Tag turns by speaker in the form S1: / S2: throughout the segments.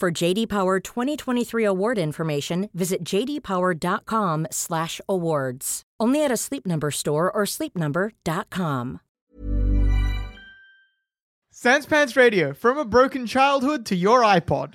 S1: For JD Power 2023 award information, visit jdpower.com/awards. Only at a Sleep Number store or sleepnumber.com.
S2: Sans Pants Radio, from a broken childhood to your iPod.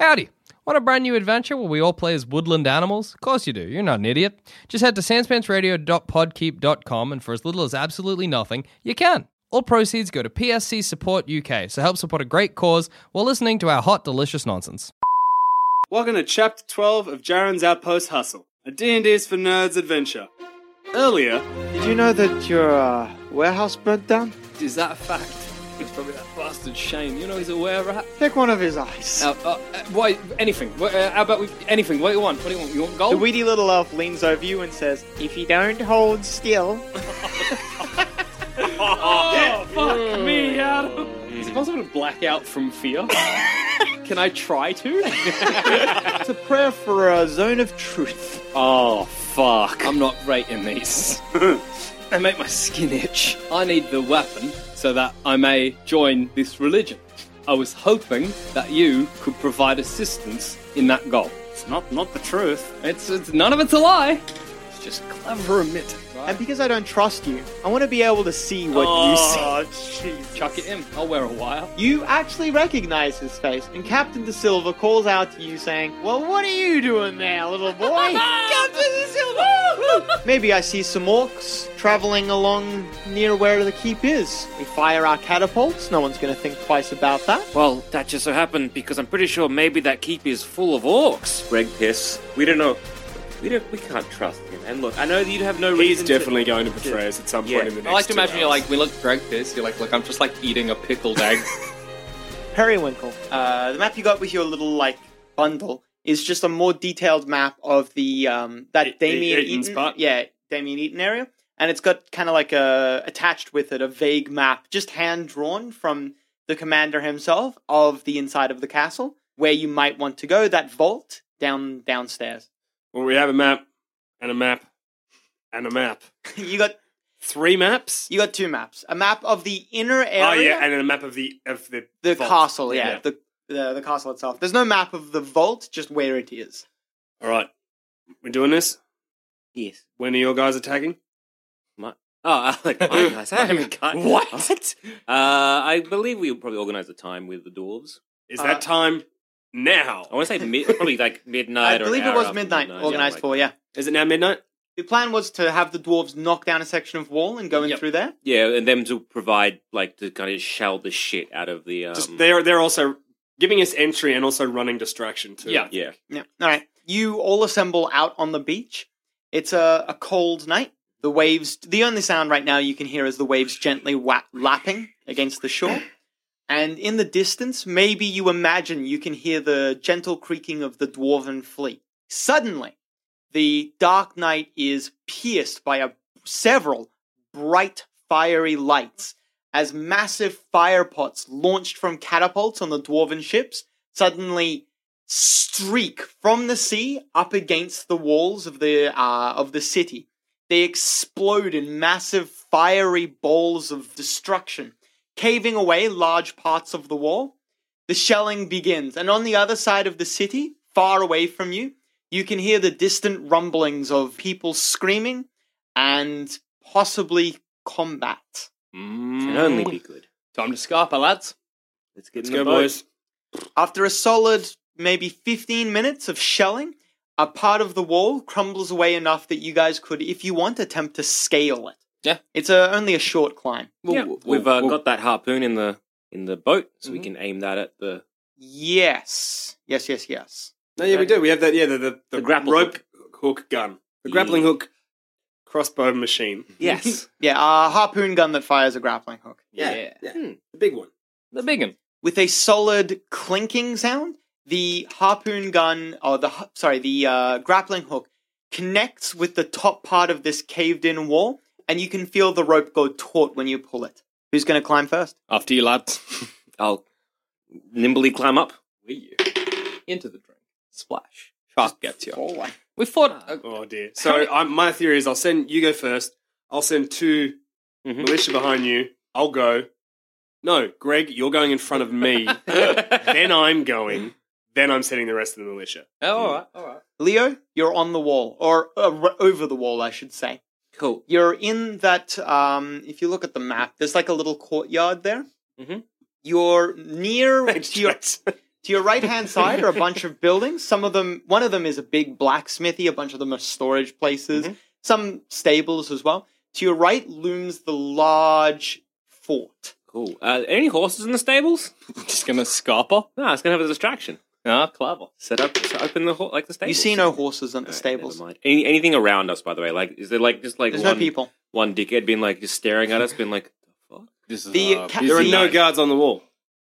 S3: Howdy! Want a brand new adventure where we all play as woodland animals? Of course you do, you're not an idiot. Just head to sanspantsradio.podkeep.com and for as little as absolutely nothing, you can. All proceeds go to PSC Support UK, so help support a great cause while listening to our hot, delicious nonsense.
S4: Welcome to Chapter 12 of Jaren's Outpost Hustle, a D&D's for Nerds adventure. Earlier,
S5: Did you know that your uh, warehouse burnt down?
S6: Is that a fact? It's probably that bastard Shane. You know he's a were rat.
S5: Pick one of his eyes.
S6: Uh, uh, uh, why? Anything. Wh- Uh, how about we, anything? What do you want? What do you want? You want gold?
S4: Oh.
S5: The weedy little elf leans over you and says, If you don't hold still.
S6: oh, fuck me, Adam. Is it possible to black out from fear? Can I try to?
S5: It's a prayer for a zone of truth.
S6: oh, fuck. I'm not rating these. they make my skin itch. I need the weapon so that I may join this religion. I was hoping that you could provide assistance in that goal.
S4: it's not not the truth.
S6: It's, it's none of it's a lie. It's just clever omitting.
S5: And because I don't trust you, I want to be able to see what
S4: oh,
S5: you see.
S4: jeez.
S6: Chuck it in. I'll wear a wire.
S5: You actually recognize his face, and Captain De Silva calls out to you saying, Well, what are you doing there, little boy? Captain De Silva! Maybe I see some orcs traveling along near where the keep is. We fire our catapults, no one's going to think twice about that.
S7: Well, that just so happened because I'm pretty sure maybe that keep is full of orcs. Greg Piss. We don't know. We don't. We can't trust him. And look, I know that you have no
S4: He's
S7: reason.
S4: definitely
S7: to,
S4: going to betray us at some
S7: Yeah.
S4: point in the next
S3: I like to
S4: two
S3: imagine you're
S4: hours.
S3: like, we look Greg this, you're like, look, I'm just like eating a pickled egg.
S5: Periwinkle. Uh, the map you got with your little like bundle is just a more detailed map of the um that
S4: E- E-
S5: Damien
S4: Eaton's
S5: Eaton,
S4: part?
S5: yeah, Damien Eaton area, and it's got kind of like a attached with it a vague map, just hand drawn from the commander himself of the inside of the castle where you might want to go. That vault down downstairs.
S4: Well, we have a map, and a map, and a map.
S5: you got
S4: Three maps?
S5: you got two maps, a map of the inner area.
S4: Oh, yeah, and then a map of the of the
S5: the
S4: vault.
S5: castle, yeah, The, the the castle itself. There's no map of the vault, just where it is.
S4: All right, we're doing this.
S7: Yes.
S4: When are your guys attacking?
S7: My, Oh, like, hi guys, I haven't got what. Uh, I believe we'll probably organise a time with the dwarves.
S4: Is
S5: Uh,
S4: that
S7: time now? I want to say mid, probably like midnight.
S5: I believe
S7: or
S5: it
S7: an hour
S5: was
S7: after
S5: midnight organized
S7: like-
S5: for, yeah.
S4: Is it now midnight?
S5: The plan was to have the dwarves knock down a section of wall and go in through there.
S7: Yeah, and them to provide like to kind of shell the shit out of the. Um,
S4: Just they're they're also giving us entry and also running distraction too.
S7: Yeah. Yeah.
S5: Yeah. All right. You all assemble out on the beach. It's a, a cold night. The waves, the only sound right now you can hear is the waves gently wha- lapping against the shore. And in the distance, maybe you imagine you can hear the gentle creaking of the dwarven fleet. Suddenly, the dark night is pierced by a, several bright, fiery lights as massive fire pots launched from catapults on the dwarven ships suddenly streak from the sea up against the walls of the uh, of the city. They explode in massive fiery balls of destruction, caving away large parts of the wall. The shelling begins, and on the other side of the city, far away from you, you can hear the distant rumblings of people screaming and possibly combat.
S7: Can only be good.
S6: Time to scarper, lads.
S7: Let's get
S6: in
S7: Let's go,
S6: the boat.
S7: boys.
S5: After a solid maybe 15 minutes of shelling, a part of the wall crumbles away enough that you guys could, if you want, attempt to scale it.
S6: Yeah.
S5: It's a, only a short climb.
S7: Yeah. We've uh, got that harpoon in the in the boat, so we can aim that at the
S5: Mm-hmm. Yes. Yes, yes, yes.
S4: No, yeah, we do. We have that. Yeah, the the, the,
S7: grapple
S4: rope hook. gun, the grappling
S7: Yeah.
S4: hook, crossbow machine.
S7: Yes.
S5: Yeah, a harpoon gun that fires a grappling hook.
S4: yeah, yeah. the big one.
S6: The big one.
S5: With a solid clinking sound, the harpoon gun, or the, har- sorry, the uh, grappling hook connects with the top part of this caved in wall, and you can feel the rope go taut when you pull it. Who's going to climb first?
S6: After you, lads.
S7: I'll nimbly climb up.
S6: Into the drink. Splash. Shark gets you.
S3: We fought.
S6: uh,
S4: Oh dear. So I'm, my theory is, I'll send you go first. I'll send 2 militia behind you. I'll go. No, Greg, you're going in front of me. then I'm going. Then I'm sending the rest of the militia.
S6: Oh, all right, all right.
S5: Leo, you're on the wall, or uh, r- over the wall, I should say.
S7: Cool.
S5: You're in that. Um, if you look at the map, there's like a little courtyard there.
S7: Mhm.
S5: You're near to your to your right hand side are a bunch of buildings. Some of them, one of them is a big blacksmithy. A bunch of them are storage places.
S7: Mm-hmm.
S5: Some stables as well. To your right looms the large fort.
S7: Cool. Uh, any horses in the stables?
S6: Just gonna scarper.
S7: No, it's gonna have a distraction.
S6: Ah, clever.
S7: Set up, set open the ho- like the stables.
S5: You see no horses at the stables.
S7: Mind. Any, anything around us, by the way? Like, is there like just like
S5: There's
S7: one,
S5: no people.
S7: one dickhead being like just staring at us, being like,
S6: This is
S5: The
S6: uh,
S5: ca-
S6: busy
S4: There are no
S6: night.
S4: guards on the wall.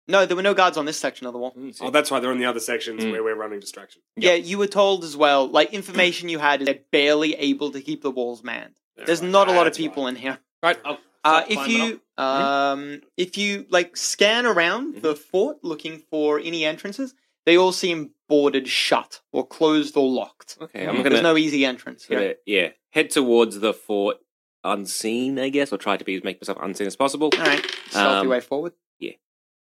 S5: No, there were no guards on this section of the wall.
S7: Mm,
S4: Oh, that's why they're on the other sections
S6: Hmm.
S4: where we're running distraction.
S5: Yeah, you were told as well, like information you had is they're barely able to keep the walls manned. There's not a lot of people in here.
S6: Right. I'll
S5: Uh,
S6: start
S5: if
S6: climbing
S5: you
S7: Mm-hmm.
S5: um, if you like scan around the fort looking for any entrances, they all seem boarded shut or closed or locked.
S7: okay, I'm
S5: There's
S7: gonna,
S5: no easy entrance
S7: gonna-
S5: here.
S7: yeah, head towards the fort unseen, I guess, or try to be make myself unseen as possible,
S5: All right, stealthy
S7: Um,
S5: way forward.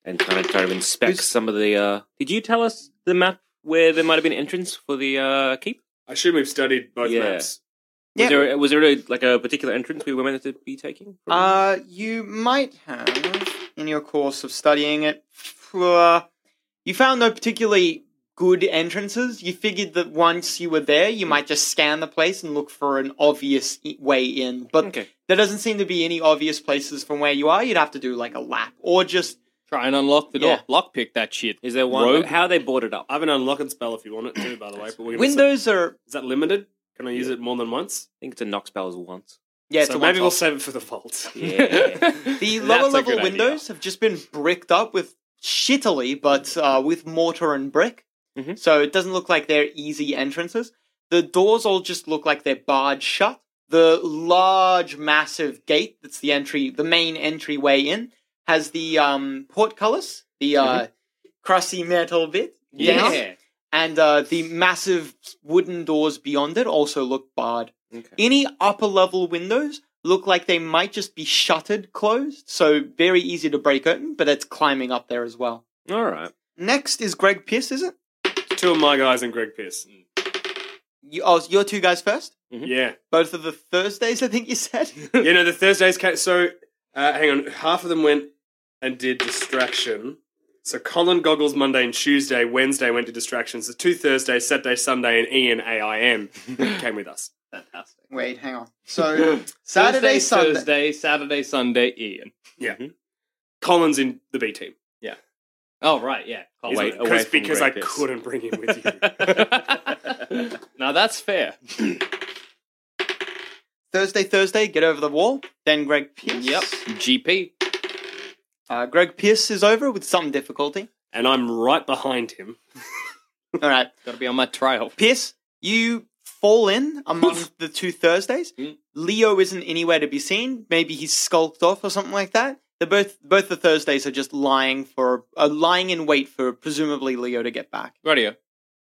S7: and kind of try to inspect some of the. uh Did you tell us the map where there might have been entrance for the uh keep?
S4: I assume we've studied both
S7: Yeah.
S4: maps.
S5: Yeah.
S7: Was there was there a, like a particular entrance we were meant to be taking? from?
S5: Uh, you might have, in your course of studying it, uh, you found no particularly good entrances. You figured that once you were there, you might just scan the place and look for an obvious i- way in. But
S7: Okay.
S5: there doesn't seem to be any obvious places from where you are. You'd have to do like a lap or just.
S6: Try and unlock the door.
S5: Yeah.
S6: Lockpick that shit.
S7: is there one?
S6: Rogue?
S7: How are they boarded up?
S4: I have an unlocking spell if you want it too, by the way. But we're gonna-
S5: Windows are.
S4: is that limited? Can I use it more than once?
S7: I think it's a knock spells once.
S5: Yeah, it's
S4: so
S5: a
S4: maybe
S5: maybe
S4: we'll save it for the vault.
S7: Yeah.
S5: The
S6: That's
S5: lower
S6: a
S5: level
S6: good idea.
S5: windows have just been bricked up with shittily, but uh, with mortar and brick.
S6: Mm-hmm.
S7: Mhm.
S5: So it doesn't look like they're easy entrances. The doors all just look like they're barred shut. The large, massive gate that's the entry, the main entryway in, has the um, portcullis, the uh, crusty metal bit down,
S6: Mm-hmm. Yeah.
S5: and uh, the massive wooden doors beyond it also look barred.
S7: Okay.
S5: Any upper level windows look like they might just be shuttered closed, so very easy to break open, but it's climbing up there as well.
S7: All right.
S5: Next is Greg Pierce, is it?
S4: Two of my guys and Greg Pierce.
S5: You, oh, your two guys 1st
S7: Mm-hmm.
S4: Yeah.
S5: Both of the Thursdays, I think you said.
S4: you know, the Thursdays came. So, uh, hang on. Half of them went and did distraction. So, Colin goggles Monday and Tuesday. Wednesday went to distractions. The two Thursdays, Saturday, Sunday, and Ian AIM came with us.
S5: Fantastic. Wait, hang on. So Saturday,
S6: Thursday,
S5: Sunday.
S6: Thursday, Saturday, Sunday, Ian. Mm-hmm.
S4: Yeah. Colin's in the B team.
S6: Yeah. Oh right, yeah. Can't
S4: He's
S6: wait.
S4: like,
S6: away
S4: "'Cause-
S6: from
S4: because
S6: Greg
S4: I
S6: Pierce."
S4: couldn't bring him with you.
S6: now that's fair.
S5: Thursday, Thursday, get over the wall. Then Greg Pierce. Yep.
S6: GP.
S5: Uh, Greg Pierce is over with some difficulty.
S4: And I'm right behind him.
S5: All right.
S6: Gotta be on my trial.
S5: Pierce, you fall in among the two Thursdays.
S6: Mm.
S5: Leo isn't anywhere to be seen. Maybe he's skulked off or something like that. They're both both the Thursdays are just lying for uh, lying in wait for presumably Leo to get back.
S6: Radio.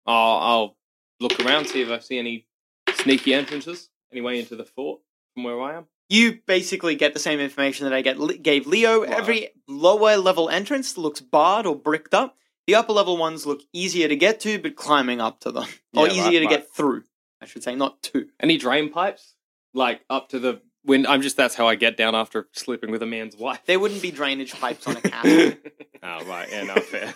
S6: I'll, I'll look around, see if I see any sneaky entrances, any way into the fort from where I am.
S5: You basically get the same information that I get gave Leo. Every lower level entrance looks barred or bricked up. The upper level ones look easier to get to, but climbing up to them or
S6: Yeah, right,
S5: easier to
S6: right.
S5: get through. I should say, not to.
S6: Any drain pipes? Like up to the wind. I'm just that's how I get down after sleeping with a man's wife.
S5: There wouldn't be drainage pipes on a castle.
S6: Oh right, yeah, no fair.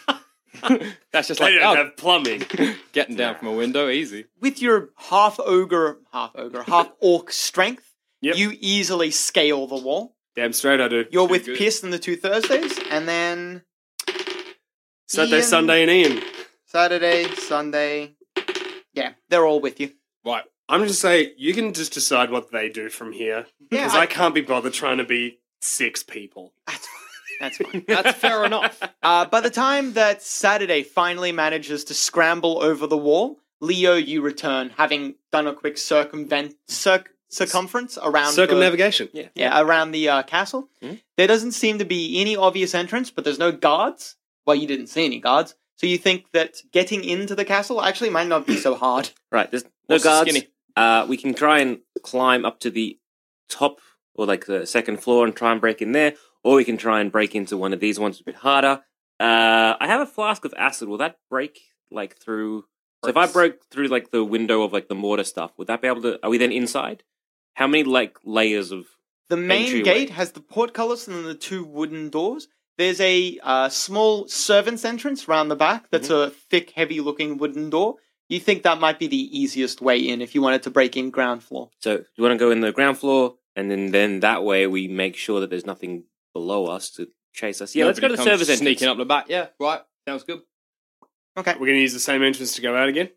S6: that's just
S4: They
S6: like
S4: don't
S6: oh,
S4: have plumbing.
S6: getting down from a window, easy.
S5: With your half ogre, half ogre, half orc strength, you easily scale the wall.
S4: Damn straight I do.
S5: You're with Pierce and the two Thursdays, and then
S4: Saturday,
S5: Ian-
S4: Sunday, and Ian.
S5: Saturday, Sunday. Yeah, they're all with you.
S6: Right.
S4: I'm just saying, you can just decide what they do from here.
S5: Yeah,
S4: Because
S5: I-
S4: I can't be bothered trying to be six people.
S5: That's fine.
S6: That's fair enough.
S5: Uh, by the time that Saturday finally manages to scramble over the wall, Leo, you return, having done a quick circumvent circ- circumference around the-
S4: Circumnavigation. yeah.
S5: yeah, around the uh, castle. There doesn't seem to be any obvious entrance, but there's no guards. Well, you didn't see any guards, so you think that getting into the castle actually might not be so hard.
S7: Right, there's no
S5: What's the
S7: guards.
S5: skinny?
S7: Uh, we can try and climb up to the top or like the second floor and try and break in there, or we can try and break into one of these ones a bit harder. Uh, I have a flask of acid. Will that break like through? So if I broke through like the window of like the mortar stuff, would that be able to? Are we then inside? How many like layers of
S5: The main
S7: entryway?
S5: gate has the portcullis and then the two wooden doors. There's a uh, small servants' entrance round the back. That's a thick, heavy-looking wooden door. You think that might be the easiest way in if you wanted to break in ground floor?
S7: So you want to go in the ground floor, and then then that way we make sure that there's nothing below us to chase us. Yeah,
S6: Nobody
S7: let's go
S6: comes
S7: to the service entrance.
S6: Sneaking up the back, yeah, right. Sounds good.
S5: Okay.
S4: We're going to use the same entrance to go out again?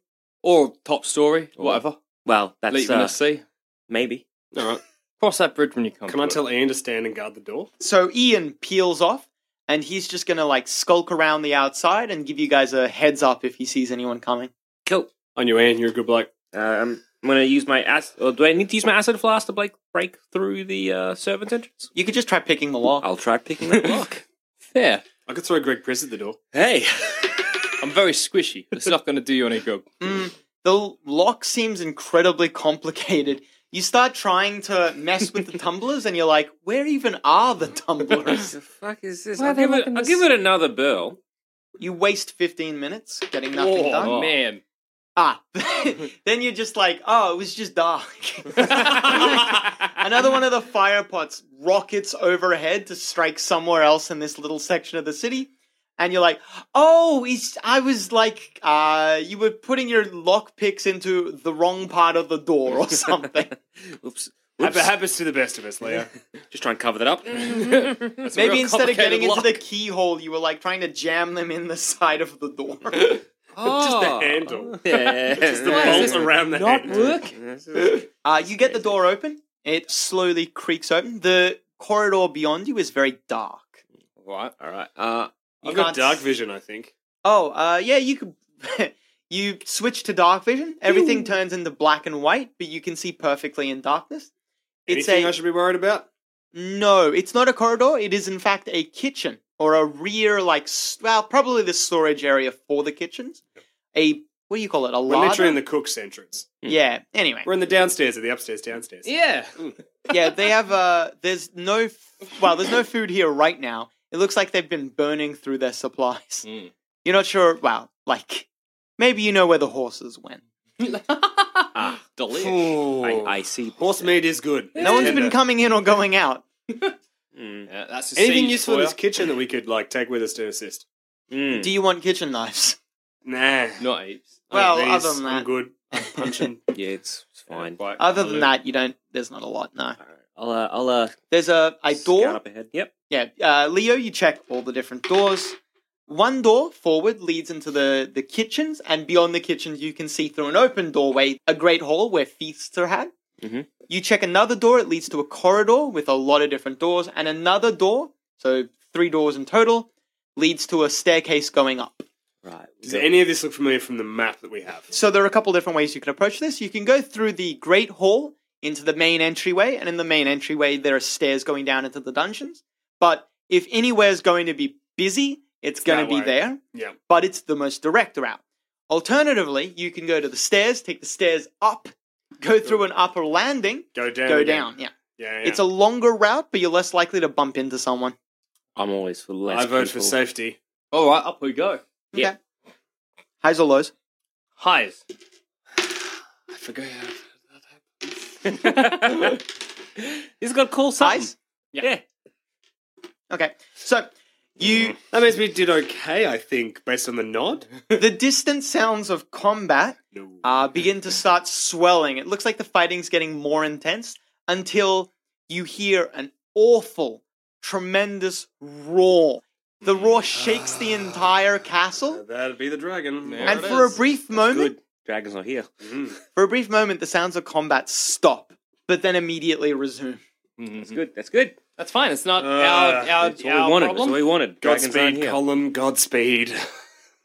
S6: Or top story, whatever.
S7: Well, that's
S6: Leaving
S7: uh,
S6: us see.
S7: Maybe.
S4: All right.
S6: Cross that bridge when you come.
S4: Can I
S6: to it.
S4: tell Ian to stand and guard the door?
S5: So Ian peels off, and he's just gonna like skulk around the outside and give you guys a heads up if he sees anyone coming.
S7: Cool.
S4: On your Ian, you're a good bloke.
S7: Um, I'm gonna use my acid. Or do I need to use my acid flask to like break through the uh, servants' entrance?
S5: You could just try picking the lock.
S7: I'll try picking that lock.
S6: Fair.
S4: I could throw Greg Press at the door.
S7: Hey,
S6: I'm very squishy. It's not going to do you any good.
S7: Hmm.
S5: Mm, the lock seems incredibly complicated. You start trying to mess with the tumblers, and you're like, "Where even are the tumblers?"
S7: fuck is this?
S6: Why are
S7: I'll,
S6: they
S7: give it,
S6: looking
S7: I'll
S6: this-
S7: give it another burl.
S5: You waste 15 minutes getting nothing
S6: Oh
S5: done.
S6: man,
S5: Ah, then you're just like, "Oh, it was just dark." Another one of the fire pots rockets overhead to strike somewhere else in this little section of the city. And you're like, oh, he's, I was like, uh, you were putting your lock picks into the wrong part of the door or something.
S7: Oops.
S4: Hap-
S7: Oops.
S4: happens to the best of us, Leo.
S7: Just try and cover that up.
S6: That's a
S5: Maybe
S6: real
S5: instead of getting
S6: complicated
S5: into the keyhole, you were like trying to jam them in the side of the door.
S4: Just
S6: Oh.
S4: the handle.
S7: Yeah.
S4: Just the
S6: Why is
S4: bolt
S6: this
S4: around the
S6: not
S4: handle.
S6: work.
S5: Uh, you get the door open, it slowly creaks open. The corridor beyond you is very dark.
S6: Right.
S7: All right. Uh,
S5: You
S4: I've got
S5: can't
S4: dark
S5: s-
S4: vision, I think.
S5: Oh, uh, yeah, you could. you switch to dark vision. Everything turns into black and white, but you can see perfectly in darkness. It's
S4: Anything
S5: a
S4: I should be worried about?
S5: no. It's not a corridor. It is in fact a kitchen or a rear, like s- well, probably the storage area for the kitchens. A what do you call it? A
S4: We're literally
S5: larder.
S4: in the cook's entrance.
S5: yeah. Anyway.
S4: We're in the downstairs or the upstairs, downstairs.
S6: Yeah.
S5: yeah, they have. Uh, there's no. F- well, there's no food here right now. It looks like they've been burning through their supplies.
S4: Hmm.
S5: You're not sure. Well, like maybe you know where the horses went.
S7: Ah,
S4: Ooh.
S7: delish. I, I see.
S4: Horse meat is good.
S5: No one's been coming in or going out.
S6: that's
S5: a
S4: anything
S5: siege
S4: useful in
S5: for
S4: this
S5: ya.
S4: kitchen that we could like take with us to assist.
S7: Hmm.
S4: Hmm.
S5: Do you want kitchen knives?
S4: Nah,
S6: not apes.
S5: Well,
S4: These,
S5: other than
S4: I'm
S5: that,
S4: good. I'm punching.
S7: Yeah, it's, it's fine.
S5: other than that, you don't. There's not a lot. No.
S7: I'll, uh, I'll uh,
S5: There's a a door.
S7: up ahead. Yep.
S5: Yeah, uh, Leo, you check all the different doors. One door forward leads into the, the kitchens, and beyond the kitchens, you can see through an open doorway a great hall where feasts are had.
S7: Mhm.
S5: You check another door, it leads to a corridor with a lot of different doors, and another door, so three doors in total, leads to a staircase going up.
S7: Right.
S4: Does any of this look familiar from the map that we have?
S5: So there are a couple different ways you can approach this. You can go through the Great Hall into the main entryway, and in the main entryway there are stairs going down into the dungeons. But if anywhere's going to be busy, it's going to
S4: that
S5: be
S4: way.
S5: there.
S4: Yeah.
S5: But it's the most direct route. Alternatively, you can go to the stairs, take the stairs up, go through an upper landing,
S4: Go down.
S5: go
S4: again.
S5: down. Yeah.
S4: Yeah, yeah.
S5: It's a longer route, but you're less likely to bump into someone.
S7: I'm always for less.
S4: I vote for
S7: people.
S4: safety.
S6: All right, up we go.
S7: Yeah.
S5: Okay. Highs or lows?
S6: Highs.
S4: I forgot.
S7: He's got cool
S5: Highs?
S7: size. Yeah.
S5: Okay. So you
S4: That means we did okay, I think, based on the nod.
S5: the distant sounds of combat uh, begin to start swelling. It looks like the fighting's getting more intense until you hear an awful, tremendous roar. The roar shakes the entire castle,
S4: That'd be the dragon. Mm-hmm.
S5: and for a brief moment,
S7: Good. Dragon's not here.
S5: for a brief moment, the sounds of combat stop, but then immediately resume.
S7: That's good. That's good.
S6: That's fine. It's not
S4: Uh,
S6: our, our,
S7: That's all
S6: our
S7: we wanted. That's
S6: problem.
S7: all we wanted. Dragons aren't
S4: Godspeed,
S7: here.
S4: Colin. Godspeed.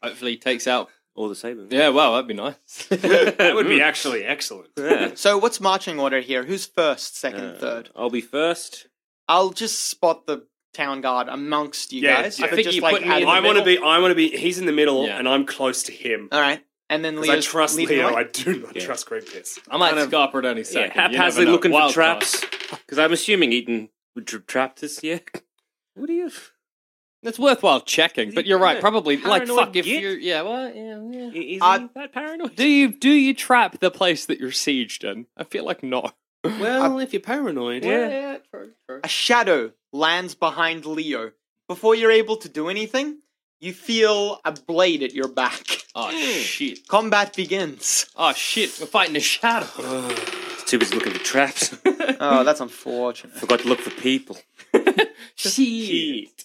S6: Hopefully, he takes out.
S7: All the Mm. same.
S6: Yeah, well, that'd be nice.
S4: that would be actually excellent.
S5: So, what's marching order here? Who's first, second,
S6: Uh,
S5: third?
S7: I'll be first.
S5: I'll just spot the town guard amongst you
S4: Yeah,
S5: guys.
S4: yeah. I
S5: but
S6: think
S5: just
S6: you
S5: like
S6: put me in
S5: add
S6: the
S5: them
S4: I
S5: in.
S4: want to be. I want to be. He's in the middle,
S6: Yeah.
S4: and I'm close to him.
S5: All right, and then
S4: 'Cause
S5: Leo's
S4: I trust
S5: leading the
S4: Leo.
S5: way.
S4: I do not
S7: Yeah.
S4: trust Greg Pierce.
S6: I might scarper it any second.
S7: yeah,
S6: you never
S7: haphazardly
S6: know.
S7: looking
S6: Wild
S7: for traps. Because I'm assuming Eaton would tra- trap this year. What do you?
S6: card. It's worthwhile checking, but you're right.
S7: Yeah.
S6: Probably, like,
S7: Paranoid
S6: fuck if
S7: git.
S6: you. Yeah, well, yeah, yeah.
S7: Is
S5: I-
S7: that paranoid?
S6: Do you do you trap the place that you're sieged in? I feel like no.
S4: Well, if you're paranoid,
S6: Yeah, true, true.
S5: A shadow lands behind Leo. Before you're able to do anything, you feel a blade at your back.
S6: Oh shit!
S5: Combat begins.
S6: Oh shit! We're fighting a shadow.
S7: Too busy looking for traps.
S5: Oh, that's unfortunate.
S7: Forgot to look for people.
S6: Shit!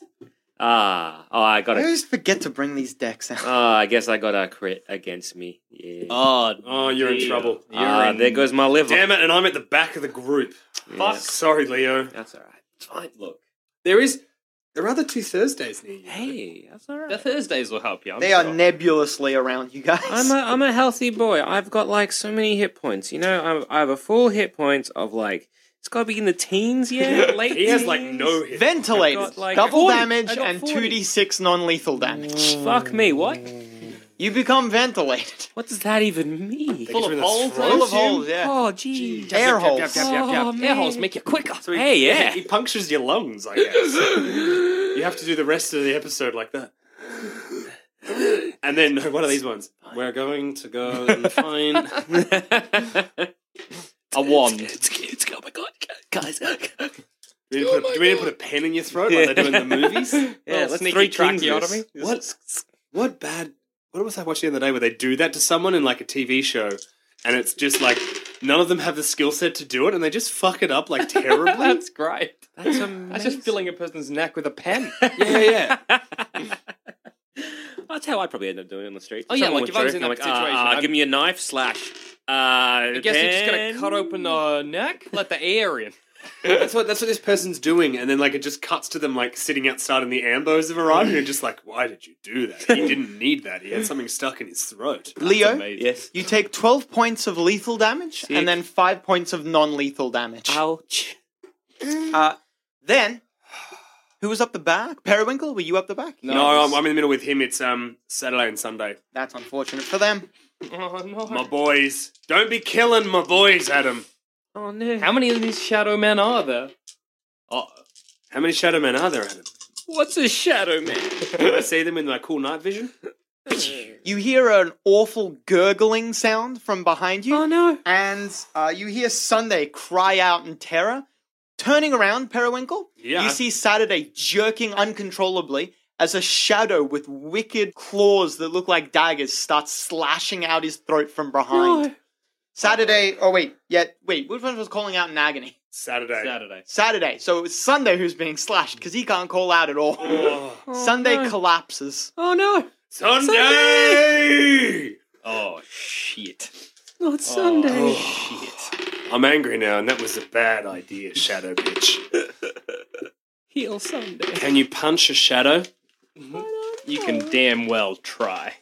S7: Ah, oh, I got
S5: I
S7: a.
S5: always forget to bring these decks out.
S7: Oh, I guess I got a crit against me. Yeah.
S6: Oh,
S4: oh, you're in
S6: dear.
S4: trouble.
S7: Ah, there goes my liver.
S4: Damn it! And I'm at the back of the group. Fuck. Sorry, Leo.
S7: That's all right. It's fine. Look.
S4: There is. There are the two Thursdays near you.
S7: Hey, that's all right.
S6: The Thursdays will help you. I'm
S5: They are
S6: sure.
S5: nebulously around you guys.
S7: I'm a I'm a healthy boy. I've got like so many hit points. You know, I'm, I have a full hit points of like it's got to be in the teens, yeah. Late.
S4: He has like
S7: teens.
S4: no hit.
S5: Ventilated.
S7: I've got, like,
S5: Double
S7: 40. I
S5: damage
S7: got
S5: and
S7: 40.
S5: 2d6 non lethal damage.
S7: Fuck me. What?
S5: You become ventilated.
S7: What does that even mean?
S6: full of
S4: That's
S6: holes.
S4: right.
S5: Full of holes, yeah.
S7: Oh, gee.
S5: Air holes.
S6: Air holes make you quicker.
S7: Hey, yeah.
S4: He punctures your lungs. I guess you have to do the rest of the episode like that. And then one of these ones. We're going to go and find.
S6: A wand.
S7: oh my god, guys. yeah,
S4: Do we need to put a, do we need to put a pen in your throat like they do in the movies?
S7: let's
S6: sneaky
S7: three kings
S6: tracheotomy.
S7: this.
S4: What? What bad? What was I watching the other day where they do that to someone in like a TV show, and it's just like none of them have the skill set to do it, and they just fuck it up like terribly.
S6: That's great.
S7: That's amazing.
S6: That's just filling a person's neck with a pen.
S4: yeah, yeah.
S7: That's how I'd probably end up doing it on the street.
S6: Oh, yeah,
S7: Someone would
S6: like, if I was
S7: jerk,
S6: in
S7: I'm
S6: that situation,
S7: Ah, ah,
S6: I'm-
S7: give me a knife slash. Uh, I
S6: I guess you're just gonna cut open the neck, let the air in.
S4: That's what that's what this person's doing, and then like it just cuts to them like sitting outside and the Ambos have arrived, and you're just like, why did you do that? He didn't need that. He had something stuck in his throat.
S5: Leo,
S6: Amazing.
S7: Yes.
S5: you take 12 points of lethal damage
S7: Sick.
S5: and then 5 points of non lethal damage.
S7: Ouch.
S5: Uh, then, who was up the back? Periwinkle, were you up the back?
S4: No, I'm, I'm in the middle with him. It's um Saturday and Sunday.
S5: That's unfortunate for them.
S6: Oh, no.
S4: My boys, don't be killing my boys, Adam.
S7: Oh no.
S6: How many of these shadow men are there? Oh,
S4: How many shadow men are there, Adam?
S6: what's a shadow man?
S4: Do I see them in my cool night vision?
S5: You hear an awful gurgling sound from behind you. Oh
S7: no!
S5: And uh, you hear Sunday cry out in terror. Turning around, Periwinkle,
S4: Yeah.
S5: you see Saturday jerking uncontrollably as a shadow with wicked claws that look like daggers starts slashing out his throat from behind. Saturday. Oh wait, yeah, wait. Which one was calling out in agony?
S4: Saturday.
S6: Saturday.
S5: Saturday. So it was Sunday who's being slashed because he can't call out at all. Sunday collapses.
S8: Oh no!
S4: Sunday!
S6: Oh shit!
S8: Not Sunday.
S4: Oh, I'm angry now, and that was a bad idea, Shadow Bitch.
S6: Heal Sunday.
S4: Can you punch a shadow?
S6: You can damn well try.
S7: Mm-hmm.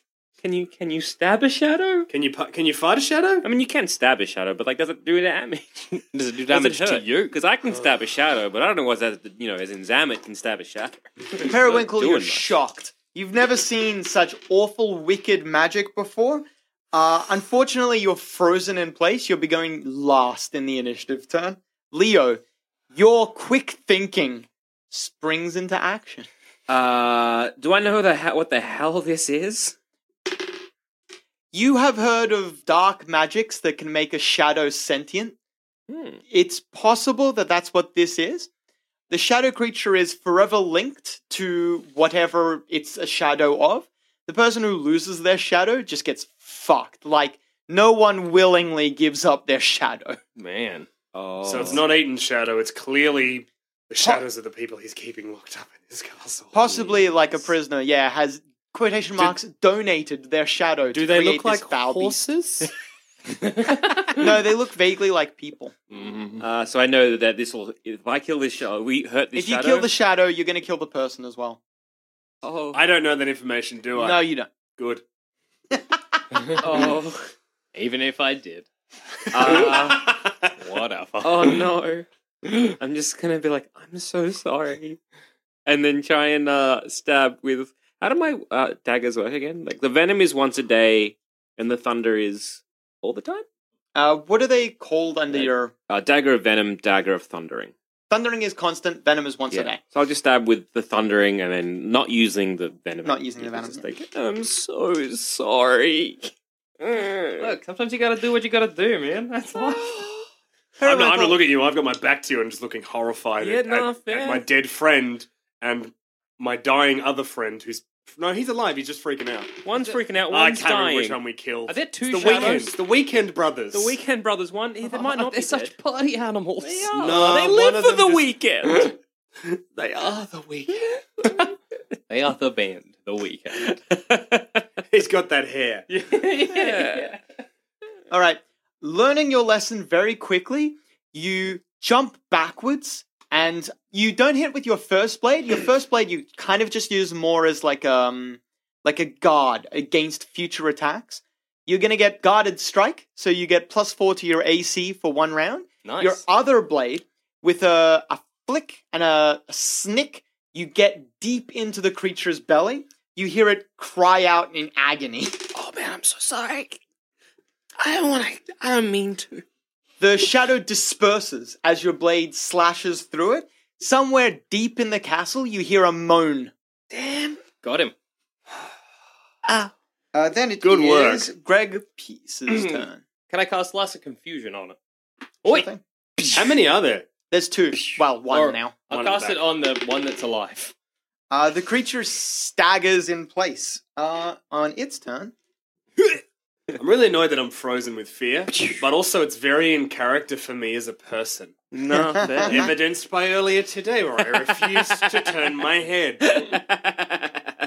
S7: Can you can you stab a shadow?
S4: Can you pu- can you fight a shadow?
S7: I mean, you can stab a shadow, but like, does it do damage?
S6: Does it do damage to you?
S7: Because I can stab a shadow, but I don't know what's that. You know, as in Zamet can stab a shadow.
S5: Periwinkle,
S7: Doing
S5: you're
S7: much.
S5: shocked. You've never seen such awful, wicked magic before. Uh, unfortunately, you're frozen in place. You'll be going last in the initiative turn. Leo, your quick thinking springs into action.
S7: Uh, do I know the ha- what the hell this is?
S5: You have heard of dark magics that can make a shadow sentient.
S7: Hmm.
S5: It's possible that that's what this is. The shadow creature is forever linked to whatever it's a shadow of. The person who loses their shadow just gets fucked. Like, no one willingly gives up their shadow.
S6: Man.
S7: Oh,
S4: So it's not Eaton's shadow. It's clearly the shadows of the people he's keeping locked up in his castle.
S5: Possibly, like, a prisoner, yeah, has quotation marks donated their shadow
S4: Do
S5: to
S4: they
S5: create
S4: look like
S5: this foul beast.
S4: horses?
S5: no, they look vaguely like people.
S7: Uh, so I know that this will. If I kill this shadow, we hurt this
S5: if you
S7: shadow.
S5: kill the shadow, you're going to kill the person as well.
S7: oh,
S4: I don't know that information, do I?
S5: No, you don't.
S4: Good.
S7: oh,
S6: Even if I did,
S7: uh,
S6: whatever.
S7: oh no! I'm just gonna be like, I'm so sorry, and then try and uh, stab with. How do my uh, daggers work again? Like the venom is once a day, and the thunder is all the time.
S5: Uh, what are they called under your
S7: Uh, dagger of venom, dagger of thundering.
S5: Thundering is constant. Venom is once a day.
S7: So I'll just stab with the thundering and then not using the venom.
S5: Not using the venom,
S7: Just like, I'm so sorry. Look.
S6: Look, sometimes you gotta do what you gotta do, man. That's life.
S4: I'm not, I'm not looking at you. I've got my back to you and just looking horrified
S7: Yeah,
S4: at,
S7: no,
S4: at-
S7: fair.
S4: at my dead friend and my dying other friend who's. No, he's alive. He's just freaking out.
S7: One's freaking out,
S4: I
S7: one's
S4: can't remember
S7: dying.
S4: which one we killed.
S3: Are there two
S4: It's the
S3: shadows?
S4: weekend. The weekend brothers.
S7: The weekend brothers, one, they might
S3: Oh,
S7: not
S3: they're
S7: be
S3: such
S7: dead.
S3: party animals.
S7: They are.
S4: No,
S7: they
S4: one
S7: live
S4: of
S7: for
S4: them
S7: the
S4: just-
S7: weekend.
S4: They are the weekend.
S6: They are the band, the weekend.
S4: he's got that hair.
S7: yeah.
S5: All right. Learning your lesson very quickly, you jump backwards and you don't hit with your first blade. Your first blade you kind of just use more as like um like a guard against future attacks. You're gonna get guarded strike, so you get plus four to your AC for one round.
S6: Nice.
S5: Your other blade, with a, a flick and a, a snick, you get deep into the creature's belly. You hear it cry out in agony.
S7: Oh man, I'm so sorry. I don't want to. I don't mean to.
S5: The shadow disperses as your blade slashes through it. Somewhere deep in the castle, you hear a moan.
S6: Got him.
S5: Uh, then it Hmm.
S4: Good is
S5: Greg Peace's turn.
S6: Can I cast Lesser Confusion on it?
S5: Wait,
S4: How many are there?
S5: there's two. Well, one
S6: Or-
S5: now.
S6: I'll
S4: One at the
S6: cast
S4: back.
S6: it on the one that's alive.
S5: Uh, the creature staggers in place. Uh, on its turn,
S4: I'm really annoyed that I'm frozen with fear, but also it's very in character for me as a person.
S7: No, fair.
S4: Evidenced by earlier today where I refused to turn my head.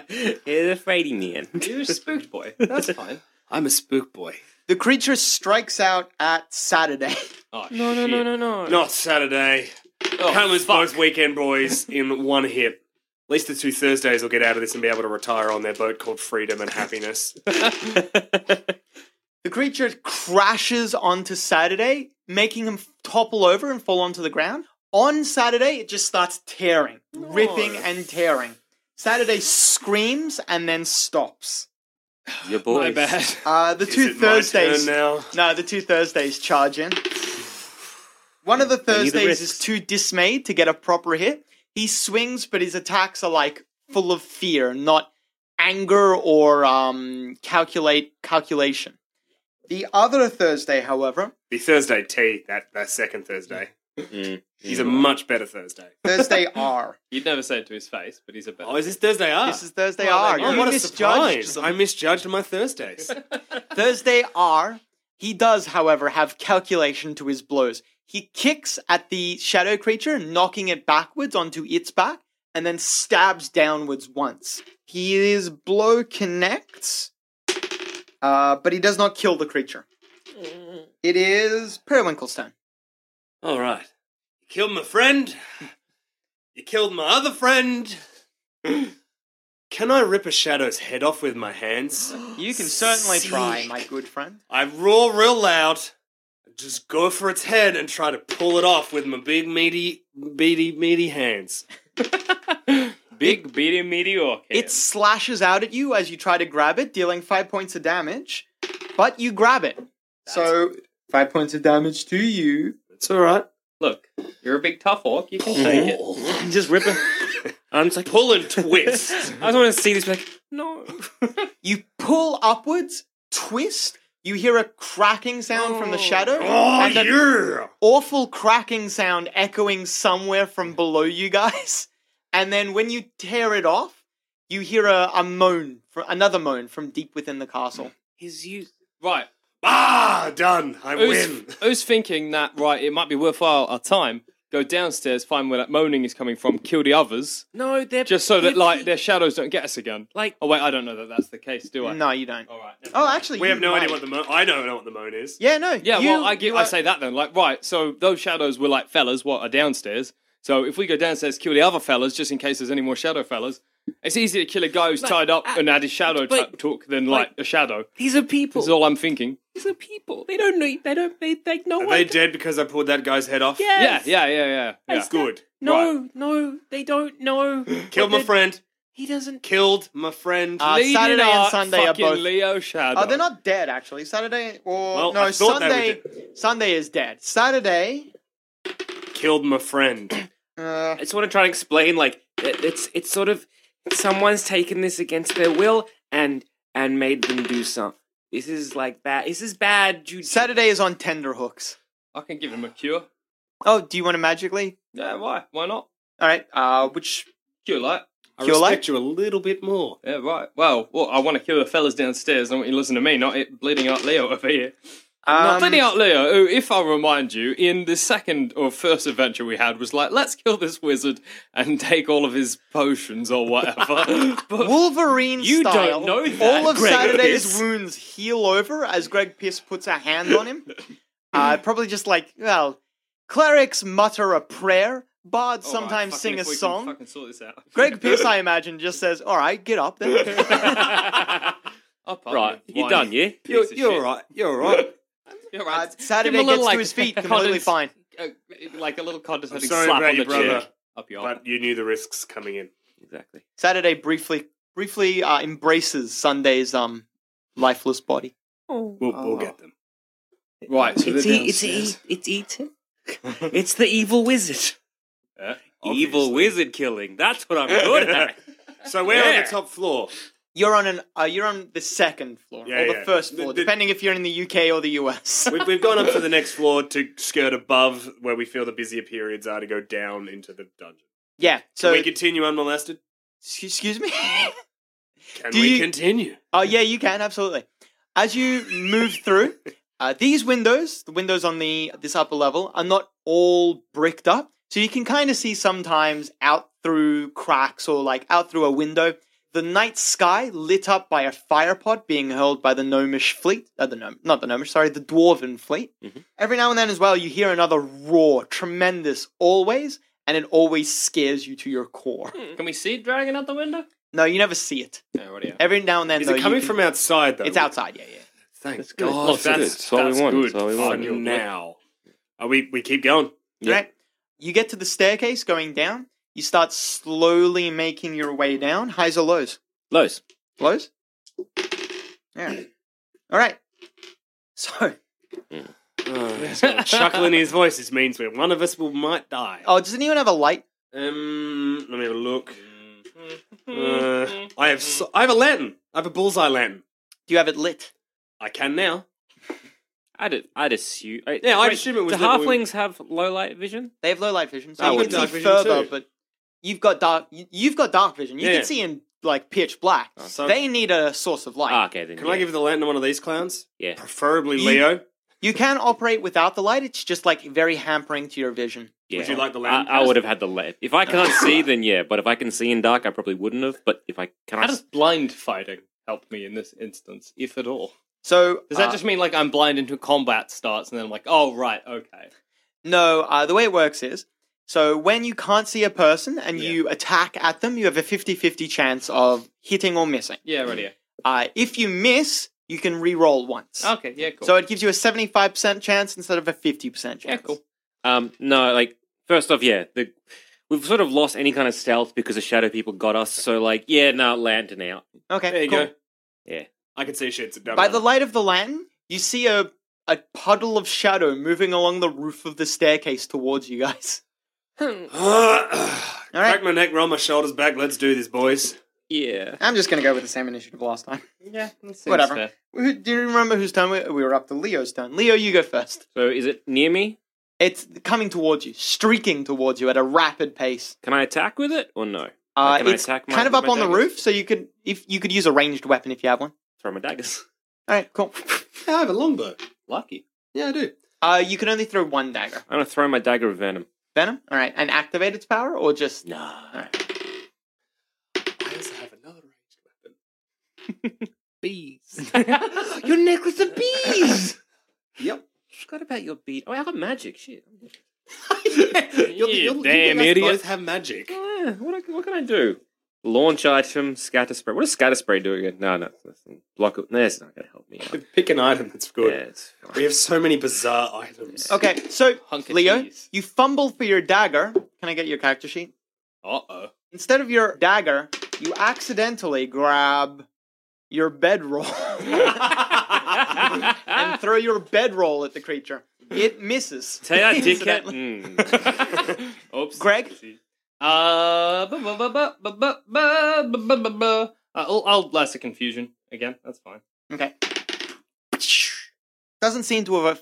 S7: He's a fraidy man.
S6: You're a spooked boy. That's fine.
S4: I'm a spook boy.
S5: the creature strikes out at Saturday.
S6: Oh,
S7: No, no,
S6: shit.
S7: no, no, no.
S4: Not Saturday.
S6: Oh,
S4: Can't lose both weekend boys in one hit. At least the two Thursdays will get out of this and be able to retire on their boat called Freedom and Happiness.
S5: The creature crashes onto Saturday, making him topple over and fall onto the ground. On Saturday, it just starts tearing, ripping and tearing. Saturday screams and then stops.
S7: Your boy.
S6: My bad.
S5: Uh, the
S4: Is
S5: two
S4: it my
S5: Thursdays.
S4: turn now?
S5: No, the two Thursdays charge in. One of the
S7: need the
S5: Thursdays
S7: risks.
S5: is too dismayed to get a proper hit. He swings, but his attacks are like full of fear, not anger or um, calculate calculation. The other Thursday, however,
S4: The Thursday tea, that, that second Thursday. He's a
S6: Mm.
S4: much better Thursday.
S5: Thursday R.
S6: You'd never say it to his face, but he's a better.
S4: Oh, is this Thursday R?
S5: This is Thursday
S4: Well,
S5: R.
S4: then,
S5: Ah, You're
S4: Oh, what a
S5: misjudged.
S4: surprise. I misjudged my Thursdays.
S5: Thursday R. He does, however, have calculation to his blows. He kicks at the shadow creature, knocking it backwards onto its back, and then stabs downwards once. His blow connects, uh, but he does not kill the creature. It is Periwinkle's turn.
S4: All right. You killed my friend. You killed my other friend. Can I rip a shadow's head off with my hands?
S5: You can certainly try, my good friend.
S4: I roar real loud, just go for its head and try to pull it off with my big meaty, meaty, meaty hands.
S6: Big beady meteor.
S5: It slashes out at you as you try to grab it, dealing five points of damage, but you grab it. so, five points of damage to you.
S4: It's all right.
S6: Look, you're a big tough orc. You can take it.
S4: Oh.
S5: Just rip it.
S7: I'm just like,
S4: pull and twist.
S7: I just want to see this. Like,
S5: No. you pull upwards, twist. You hear a cracking sound from the shadow.
S4: Oh,
S5: an
S4: yeah.
S5: Awful cracking sound echoing somewhere from below you guys. And then when you tear it off, you hear a, a moan, fr another moan from deep within the castle.
S7: His use.
S6: Right.
S4: Ah, done. I
S6: Who's,
S4: win.
S6: who's thinking that? Right. It might be worthwhile our time. Go downstairs, find where that moaning is coming from, kill the others,
S7: No, they're
S6: just so that
S7: they're
S6: like
S7: pe-
S6: their shadows don't get us again.
S7: Like-
S6: oh wait, I don't know that that's the case, do I?
S5: No, you don't.
S6: All right.
S5: Oh, actually,
S4: We
S5: you
S4: have no idea
S5: might.
S4: what the moan. I don't know what the moan is.
S5: Yeah, no.
S6: Yeah,
S5: you-
S6: well, I,
S5: you
S6: get, I
S5: are-
S6: say that then. Like, right, so those shadows were like fellas, what, are downstairs. So if we go downstairs, kill the other fellas, just in case there's any more shadow fellas. It's easier to kill a guy who's tied up and had his shadow
S7: but-
S6: t- talk than like a shadow.
S7: These are people.
S6: This is all I'm thinking.
S7: These are people. They don't know. They don't. They they no
S4: Are
S7: one.
S4: they dead because I pulled that guy's head off?
S7: Yes.
S6: Yeah, yeah, yeah, yeah. yeah.
S4: Good.
S7: No, no, they don't know.
S4: Killed
S7: what
S4: my
S7: they're-
S4: friend.
S7: He doesn't.
S4: Killed my friend.
S5: Uh,
S6: Leading
S5: Saturday and
S6: our
S5: Sunday are
S6: fucking
S5: both-
S6: Leo shadow.
S5: Oh, they're not dead actually. Saturday or
S4: Well,
S5: no
S4: I thought they were
S5: Sunday. Sunday is dead. Saturday.
S4: Killed my friend.
S5: Uh,
S7: I just want to try and explain. Like it- it's it's sort of someone's taken this against their will and and made them do something. This is like bad. This is bad. Jude.
S5: Saturday is on tenderhooks.
S6: I can give him a cure.
S5: Oh, do you want to magically?
S6: Yeah, why? Why not?
S5: All right. Uh, which
S6: Cure light.
S4: I
S5: Cure light?
S4: respect you a little bit more.
S6: Yeah, right. Well, well I want to kill the fellas downstairs. I want you to listen to me, not it bleeding out Leo over here. Not
S5: um,
S6: Bleeding Out Leo, who, if I remind you, in the second or first adventure we had, was like, let's kill this wizard and take all of his potions or whatever. but
S5: Wolverine
S6: You don't
S5: style.
S6: know that,
S5: All of
S6: Greg
S5: Saturday's
S6: Piss.
S5: wounds heal over as Greg Piss puts a hand on him. Uh, probably just like well, clerics mutter a prayer. Bards
S6: Oh,
S5: sometimes
S6: fucking
S5: sing a
S6: if we can
S5: song.
S6: fucking sort this out.
S5: Greg Piss, I imagine, just says, "All right, get up then."
S6: Up, up,
S7: Right,
S6: you
S7: you're
S6: whiny
S7: done, yeah?
S6: piece
S4: You're,
S6: of
S4: you're
S6: shit.
S4: all right. You're all right.
S6: You're
S5: Uh,
S6: right.
S5: Saturday
S6: Give
S5: gets
S6: him a little,
S5: to
S6: like,
S5: his feet completely
S6: condes-
S5: fine.
S6: uh, like a little condescending
S4: I'm sorry
S6: slap
S4: about
S6: on the
S4: your brother,
S6: cheek. Up your
S4: But you knew the risks coming in.
S7: Exactly.
S5: Saturday briefly briefly uh, embraces Sunday's um lifeless body.
S4: We'll, we'll get them.
S6: Right, so
S7: It's
S6: they're
S7: e- it's e-
S6: downstairs.
S7: it's eaten. it's the evil wizard.
S4: Uh,
S6: Yeah,
S7: Evil
S6: obviously.
S7: wizard killing. That's what I'm good at.
S4: So we're on
S7: Yeah.
S4: the top floor.
S5: You're on an uh, you're on the second floor
S4: Yeah,
S5: or the
S4: yeah.
S5: first floor,
S4: The- the-
S5: depending if you're in the UK or the US.
S4: We've, we've gone up to the next floor to skirt above where we feel the busier periods are to go down into the dungeon.
S5: yeah.
S4: Can
S5: So
S4: we continue unmolested?
S5: s- excuse me.
S4: Can
S5: Do
S4: we
S5: you-
S4: continue?
S5: Oh yeah, you can absolutely. As you move through, uh, these windows, the windows on the this upper level, are not all bricked up, so you can kind of see sometimes out through cracks or like out through a window. The night sky lit up by a fire pod being hurled by the gnomish fleet, uh, the gnome, not the gnomish, sorry, the dwarven fleet. Every now and then, as well, you hear another roar, tremendous always, and it always scares you to your core.
S6: Hmm. Can we see it dragging out the window?
S5: No, you never see it.
S6: Yeah, what do you-
S5: Every now and then,
S4: Is
S5: though,
S4: it
S5: you
S4: coming
S5: can-
S4: from outside though?
S5: It's outside, yeah, yeah.
S4: Thanks
S7: good.
S4: God.
S7: Look, that's- that's what we want.
S4: Good
S7: That's what we
S4: for
S7: want.
S4: now. Are we? We keep going.
S7: Yeah.
S5: Right? You get to the staircase going down. You start slowly making your way down. Highs or lows?
S7: Lows.
S5: Lows? Yeah. All right. So,
S4: He's got a chuckle in his voice. This means we're one of us will might
S7: Oh.
S4: die.
S5: oh, does anyone have a light?
S4: Um, let me have a look. Uh, I I have so, I have a lantern. I have a bullseye lantern.
S5: Do you have it lit?
S4: I can now.
S7: I'd I'd assume. I,
S4: Yeah, I'd
S7: wait,
S4: assume it was
S7: Do
S4: that we-
S7: halflings have low light vision?
S5: They have low light vision, so
S7: I
S5: you
S7: wouldn't.
S5: can
S7: Dark
S5: see
S7: vision
S5: further,
S7: too.
S5: but you've got dark. you- You've got dark vision. You
S4: Yeah.
S5: can see in like pitch black.
S4: so-
S5: they need a source of light.
S7: Ah, okay, then.
S4: Can I give the lantern to one of these clowns?
S7: Yeah.
S4: Preferably
S5: You-
S4: Leo.
S5: You can operate without the light. It's just like very hampering to your vision.
S7: Yeah.
S4: Would you like the lantern?
S7: I, I would have had the lantern. If I can't see, then yeah. But if I can see in dark, I probably wouldn't have. But if I can, I
S6: How does blind fighting help me in this instance, if at all?
S5: So
S6: Does that
S5: uh,
S6: just mean like I'm blind until combat starts, and then I'm like, oh right, okay.
S5: No, uh, the way it works is so when you can't see a person and you attack at them, you have a 50 50 chance of hitting or missing.
S6: Yeah, right here.
S5: Uh, if you miss, you can re roll once.
S6: Okay, yeah, cool.
S5: So it gives you a 75% chance instead of a 50% chance.
S6: yeah, cool.
S7: Um, no, like first off, yeah, the, we've sort of lost any kind of stealth because the shadow people got us. So like, yeah, no, lantern out.
S5: Okay.
S4: There you
S5: cool.
S4: go.
S7: Yeah,
S4: I can see shit's a dumb.
S5: By the light of the lantern, you see a, a puddle of shadow moving along the roof of the staircase towards you guys. Hmm. All
S4: Crack
S5: right.
S4: my neck, roll my shoulders back. Let's do this, boys.
S7: yeah.
S5: I'm just going to go with the same initiative last time.
S6: Yeah,
S5: Whatever. Who- Do you remember whose turn we, we were up to? Leo's turn. Leo, you go first.
S7: So is it near me?
S5: It's coming towards you, streaking towards you at a rapid pace.
S7: Can I attack with it or no?
S5: Uh,
S7: Like, can I
S5: it's
S7: attack my-
S5: kind of up
S7: my
S5: on the
S7: daggers?
S5: roof, so you could if you could use a ranged weapon if you have one.
S7: Throw my daggers.
S5: All right, cool.
S4: Yeah, I have a longbow.
S7: Lucky.
S4: Yeah, I do.
S5: Uh, you can only throw one dagger.
S7: I'm gonna throw my dagger of venom.
S5: Venom. All right, and activate its power or just
S7: Nah.
S5: All right.
S4: I also have another ranged weapon.
S7: Bees. Your necklace of bees.
S4: Yep.
S7: Forgot about your bead. Oh, I got magic. Shit.
S4: You're the-
S7: You
S4: you're- you
S7: damn
S4: guys
S7: idiot. Oh,
S4: Both have magic.
S7: Yeah, what, what can I do? Launch item, scatter spray. What does scatter spray do again? No, no, that's- block it. No, it's not going to help me out.
S4: Pick an item that's
S7: Yeah,
S4: good.
S7: it's
S4: We have so many bizarre items.
S5: okay. So
S6: Hunk of
S5: Leo,
S6: cheese.
S5: you fumble for your dagger. Can I get your character sheet?
S6: Uh oh.
S5: Instead of your dagger, you accidentally grab your bedroll and throw your bedroll at the creature. It misses.
S7: Tell you that dickhead.
S5: Incidentally.
S7: Mm.
S6: Oops.
S5: Greg?
S6: Uh, bu- bu- bu- bu- bu- bu- bu- bu- bu- bu-
S7: Uh,
S6: bu- I'll, I'll last a confusion again. That's fine.
S5: Okay. Doesn't seem to have. A,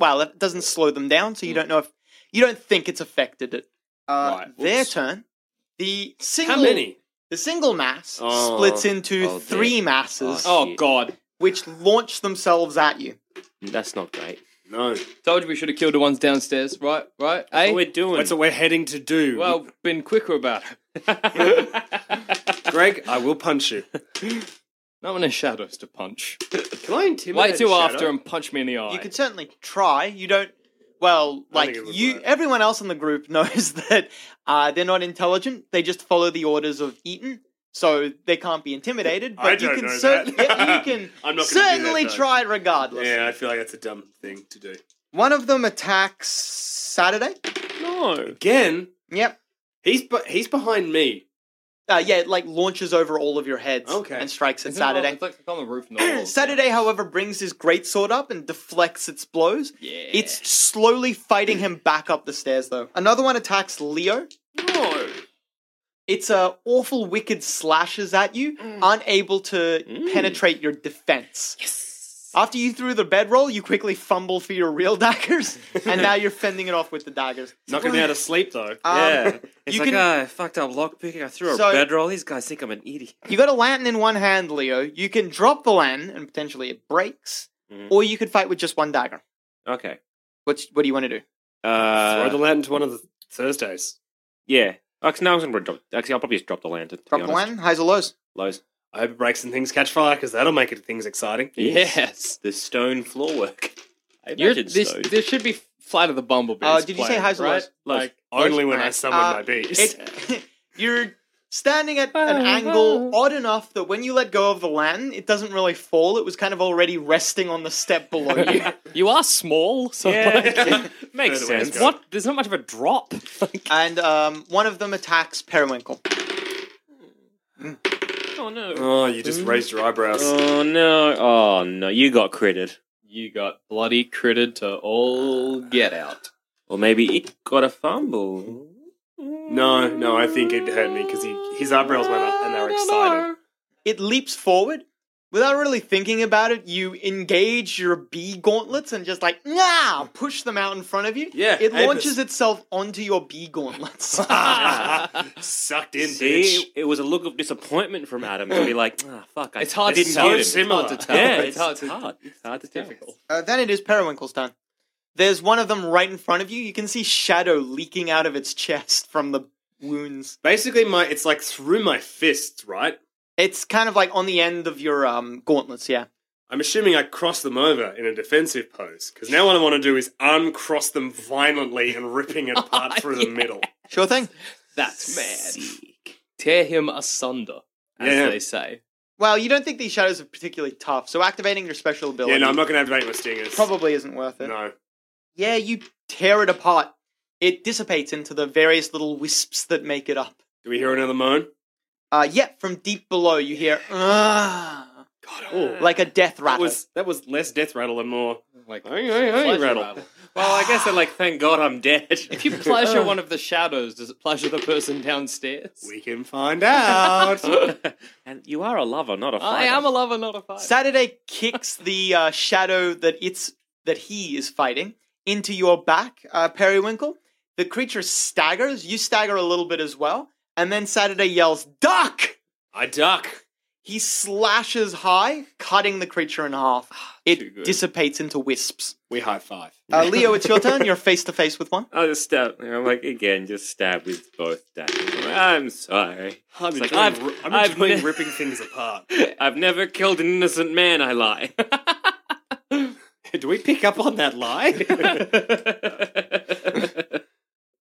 S5: well, it doesn't slow them down, so you don't know if you don't think it's affected it. Uh,
S4: Right,
S5: Their
S4: whoops.
S5: turn. The single.
S4: How many?
S5: The single mass
S7: Oh,
S5: splits into
S7: oh dear.
S5: three masses,
S7: Oh,
S6: Oh God!
S5: which launch themselves at you.
S7: That's not great.
S4: No.
S6: Told you we should have killed the ones downstairs. Right, right. Eh?
S7: What
S6: Hey,
S7: we're doing?
S4: That's what we're heading to do.
S6: well, been quicker about it.
S4: Greg, I will punch you.
S6: Not when there's shadows to punch.
S4: Can I intimidate
S6: Wait till
S4: Shadow?
S6: after and punch me in the eye.
S5: You could certainly try. You don't. Well, like
S4: it would
S5: you,
S4: work.
S5: everyone else in the group knows that uh, they're not intelligent. They just follow the orders of Eaton, so they can't be intimidated. But
S4: I
S5: you
S4: don't
S5: can
S4: know
S5: cer-
S4: that.
S5: yeah, you can
S4: I'm not gonna do that,
S5: certainly
S4: though.
S5: try regardless.
S4: Yeah, I feel like that's a dumb thing to do.
S5: One of them attacks Saturday.
S7: no.
S4: Again,
S5: Yep.
S4: he's be- he's behind me.
S5: Uh, yeah, it like launches over all of your heads
S4: Okay.
S5: and strikes at
S6: Isn't it on-
S5: Saturday.
S6: It's like it's on the roof. and the walls.
S5: Saturday, however, brings his greatsword up and deflects its blows.
S6: Yeah.
S5: It's slowly fighting him back up the stairs, though. Another one attacks Leo.
S7: No.
S5: It's uh, awful wicked slashes at you, unable to penetrate your defense. Yes. After you threw the bedroll, you quickly fumble for your real daggers, and now you're fending it off with the daggers.
S4: Not gonna be able to sleep though.
S7: Um, yeah. It's
S5: you
S7: like,
S5: can-
S7: ah, I fucked up lockpicking. I threw a
S5: So-
S7: bedroll. These guys think I'm an idiot.
S5: You got a lantern in one hand, Leo. You can drop the lantern, and potentially it breaks, or you could fight with just one dagger.
S7: Okay.
S5: What's, what do you want to do?
S7: Uh,
S4: Throw the lantern to one of the Thursdays.
S7: yeah. Actually, no, I was going to drop. Actually, I'll probably just drop the lantern. to be
S5: Drop the
S7: honest.
S5: lantern, highs or lows?
S7: Lows.
S4: I hope it breaks and things catch fire because that'll make it things exciting.
S6: yes.
S7: The stone floor work. I
S6: You're,
S7: imagine
S6: this,
S7: stone.
S6: this should be flight of the bumblebees.
S5: Uh, did you say
S6: playing,
S5: highs or
S6: right?
S5: lows?
S6: Like
S4: Only when I
S5: Alright,
S4: summon
S5: uh,
S4: my bees.
S5: it- you're standing at an angle odd enough that when you let go of the lantern, it doesn't really fall. It was kind of already resting on the step below you.
S6: you are small, so
S7: Yeah. Makes
S4: Further ways
S7: sense.
S4: go.
S6: What? There's not much of a drop.
S5: and um, one of them attacks Periwinkle.
S7: Oh no.
S4: oh, you just raised your eyebrows.
S7: Oh no! Oh no! You got critted,
S6: you got bloody critted to all get out.
S7: or maybe it got a fumble.
S4: no, no, I think it hurt me because his eyebrows went up and they were excited.
S5: It leaps forward. Without really thinking about it, you engage your bee gauntlets and just like, nah, push them out in front of you.
S4: Yeah,
S5: It
S4: Apis.
S5: launches itself ononto your bee gauntlets.
S7: Sucked
S4: in,
S7: See, It was a look of disappointment from Adam to be like, ah, fuck, I,
S5: It's hard
S7: I
S5: to
S7: didn't
S5: tell.
S7: get
S5: It's
S7: him.
S5: hard to tell.
S7: Yeah,
S5: It's
S7: it's,
S5: hard
S7: hard
S5: to-
S7: to hard. It's hard to tell.
S5: Uh, then it is Periwinkle's turn. There's one of them right in front of you. You can see shadow leaking out of its chest from the wounds.
S4: Basically, my it's like through my fists, right?
S5: It's kind of like on the end of your um, gauntlets, yeah.
S4: I'm assuming I cross them over in a defensive pose because now what I want to do is uncross them violently and ripping it apart through the middle.
S5: Sure thing.
S6: That's mad. Tear him asunder, as
S4: Yeah.
S6: they say.
S5: Well, you don't think these shadows are particularly tough, so activating your special ability.
S4: Yeah, no, I'm not going to activate my stingers.
S5: Probably isn't worth it.
S4: No.
S5: Yeah, you tear it apart. It dissipates into the various little wisps that make it up.
S4: Do we hear another moan?
S5: Uh, yeah, from deep below you hear, "Ugh,"
S6: Ah.
S7: uh,
S5: like a death
S4: That
S5: rattle.
S4: was that was less death rattle and more like hey,
S6: pleasure
S4: rattle.
S6: rattle.
S4: Well, I guess they're like, thank God I'm dead.
S6: If you pleasure one of the shadows, does it pleasure the person downstairs?
S4: we can find out.
S7: and you are a lover, not a
S6: I
S7: fighter.
S6: am a lover, not a fighter.
S5: Saturday kicks the uh, shadow that it's that he is fighting into your back, uh, Periwinkle. The creature staggers. You stagger a little bit as well, and then Saturday yells, "Duck!"
S4: I duck.
S5: He slashes high, cutting the creature in half.
S4: Ah,
S5: It dissipates into wisps.
S4: We high five.
S5: Uh, Leo, it's your turn. You're face to face with one.
S7: I just stab. you know, I'm like again, just stab with both daggers. I'm, like, I'm sorry.
S4: I'm
S7: It's like,
S4: enjoying,
S7: I've,
S4: ri- I'm
S7: I've
S4: enjoying
S7: ne-
S4: ripping things apart.
S7: I've never killed an innocent man. I lie.
S4: Do we pick up on that lie?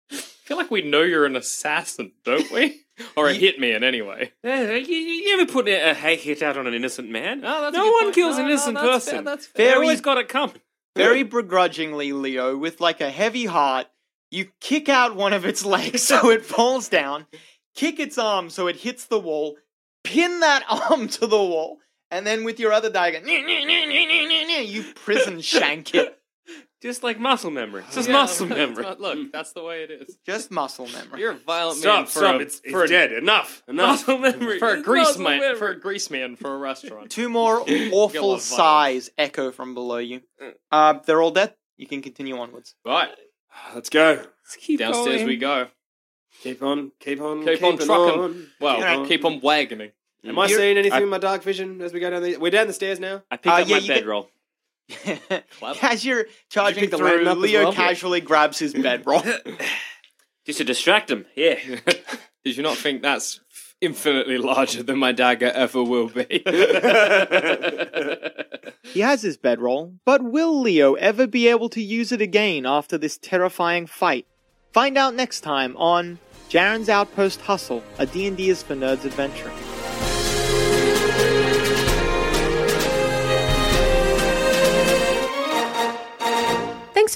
S6: I feel like we know you're an assassin, don't we? or a hitman, anyway.
S7: Eh, you, you ever put a, a hit out on an innocent man?
S6: No, Oh, that's a
S7: no
S6: good
S7: one
S6: point.
S7: kills
S6: No,
S7: an
S6: no,
S7: innocent
S6: that's fair,
S7: person.
S6: that's fair.
S7: They
S5: Very-
S7: always got it coming.
S5: Very begrudgingly, Leo, with like a heavy heart, you kick out one of its legs so it falls down, kick its arm so it hits the wall, pin that arm to the wall, and then with your other dagger, you prison shank it.
S7: Just like muscle memory. It's just
S6: Yeah,
S7: muscle
S6: that's
S7: memory.
S6: what- Look, that's the way it is.
S5: Just muscle memory.
S6: You're a violent
S4: stop,
S6: man for
S4: stop.
S6: a,
S4: it's it's
S6: for a,
S4: dead. Enough, enough.
S7: Muscle memory.
S6: for a
S7: It's
S6: grease
S7: muscle
S6: man
S7: memory.
S6: for a grease man for a restaurant.
S5: Two more
S6: You'll
S5: awful
S6: love violence.
S5: sighs echo from below you. Uh, they're all dead. You can continue onwards.
S6: Right.
S4: Let's go.
S6: Downstairs we go.
S4: Keep on, keep on,
S6: Keep on
S4: keeping
S6: trucking.
S4: on.
S6: Well,
S5: Can I-
S6: keep on wagoning.
S4: Am I
S5: You're-
S4: seeing anything
S7: I-
S4: in my dark vision as we go down the? We're down the stairs now.
S7: I picked
S5: Uh,
S7: up
S5: yeah,
S7: my
S5: you get-
S7: bedroll.
S5: As you're charging
S4: pick the Latin
S5: through,
S4: up as
S5: Leo
S4: well?
S5: casually grabs his bedroll.
S7: Just to distract him. Yeah.
S6: Did you not think that's infinitely larger than my dagger ever will be?
S5: He has his bedroll, but will Leo ever be able to use it again after this terrifying fight? Find out next time on Jaren's Outpost Hustle, a D&D is for nerds adventure.
S9: Thanks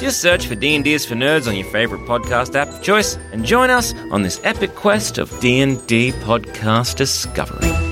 S7: Just search for D&D is for Nerds on your favorite podcast app of choice and join us on this epic quest of D&D podcast discovery.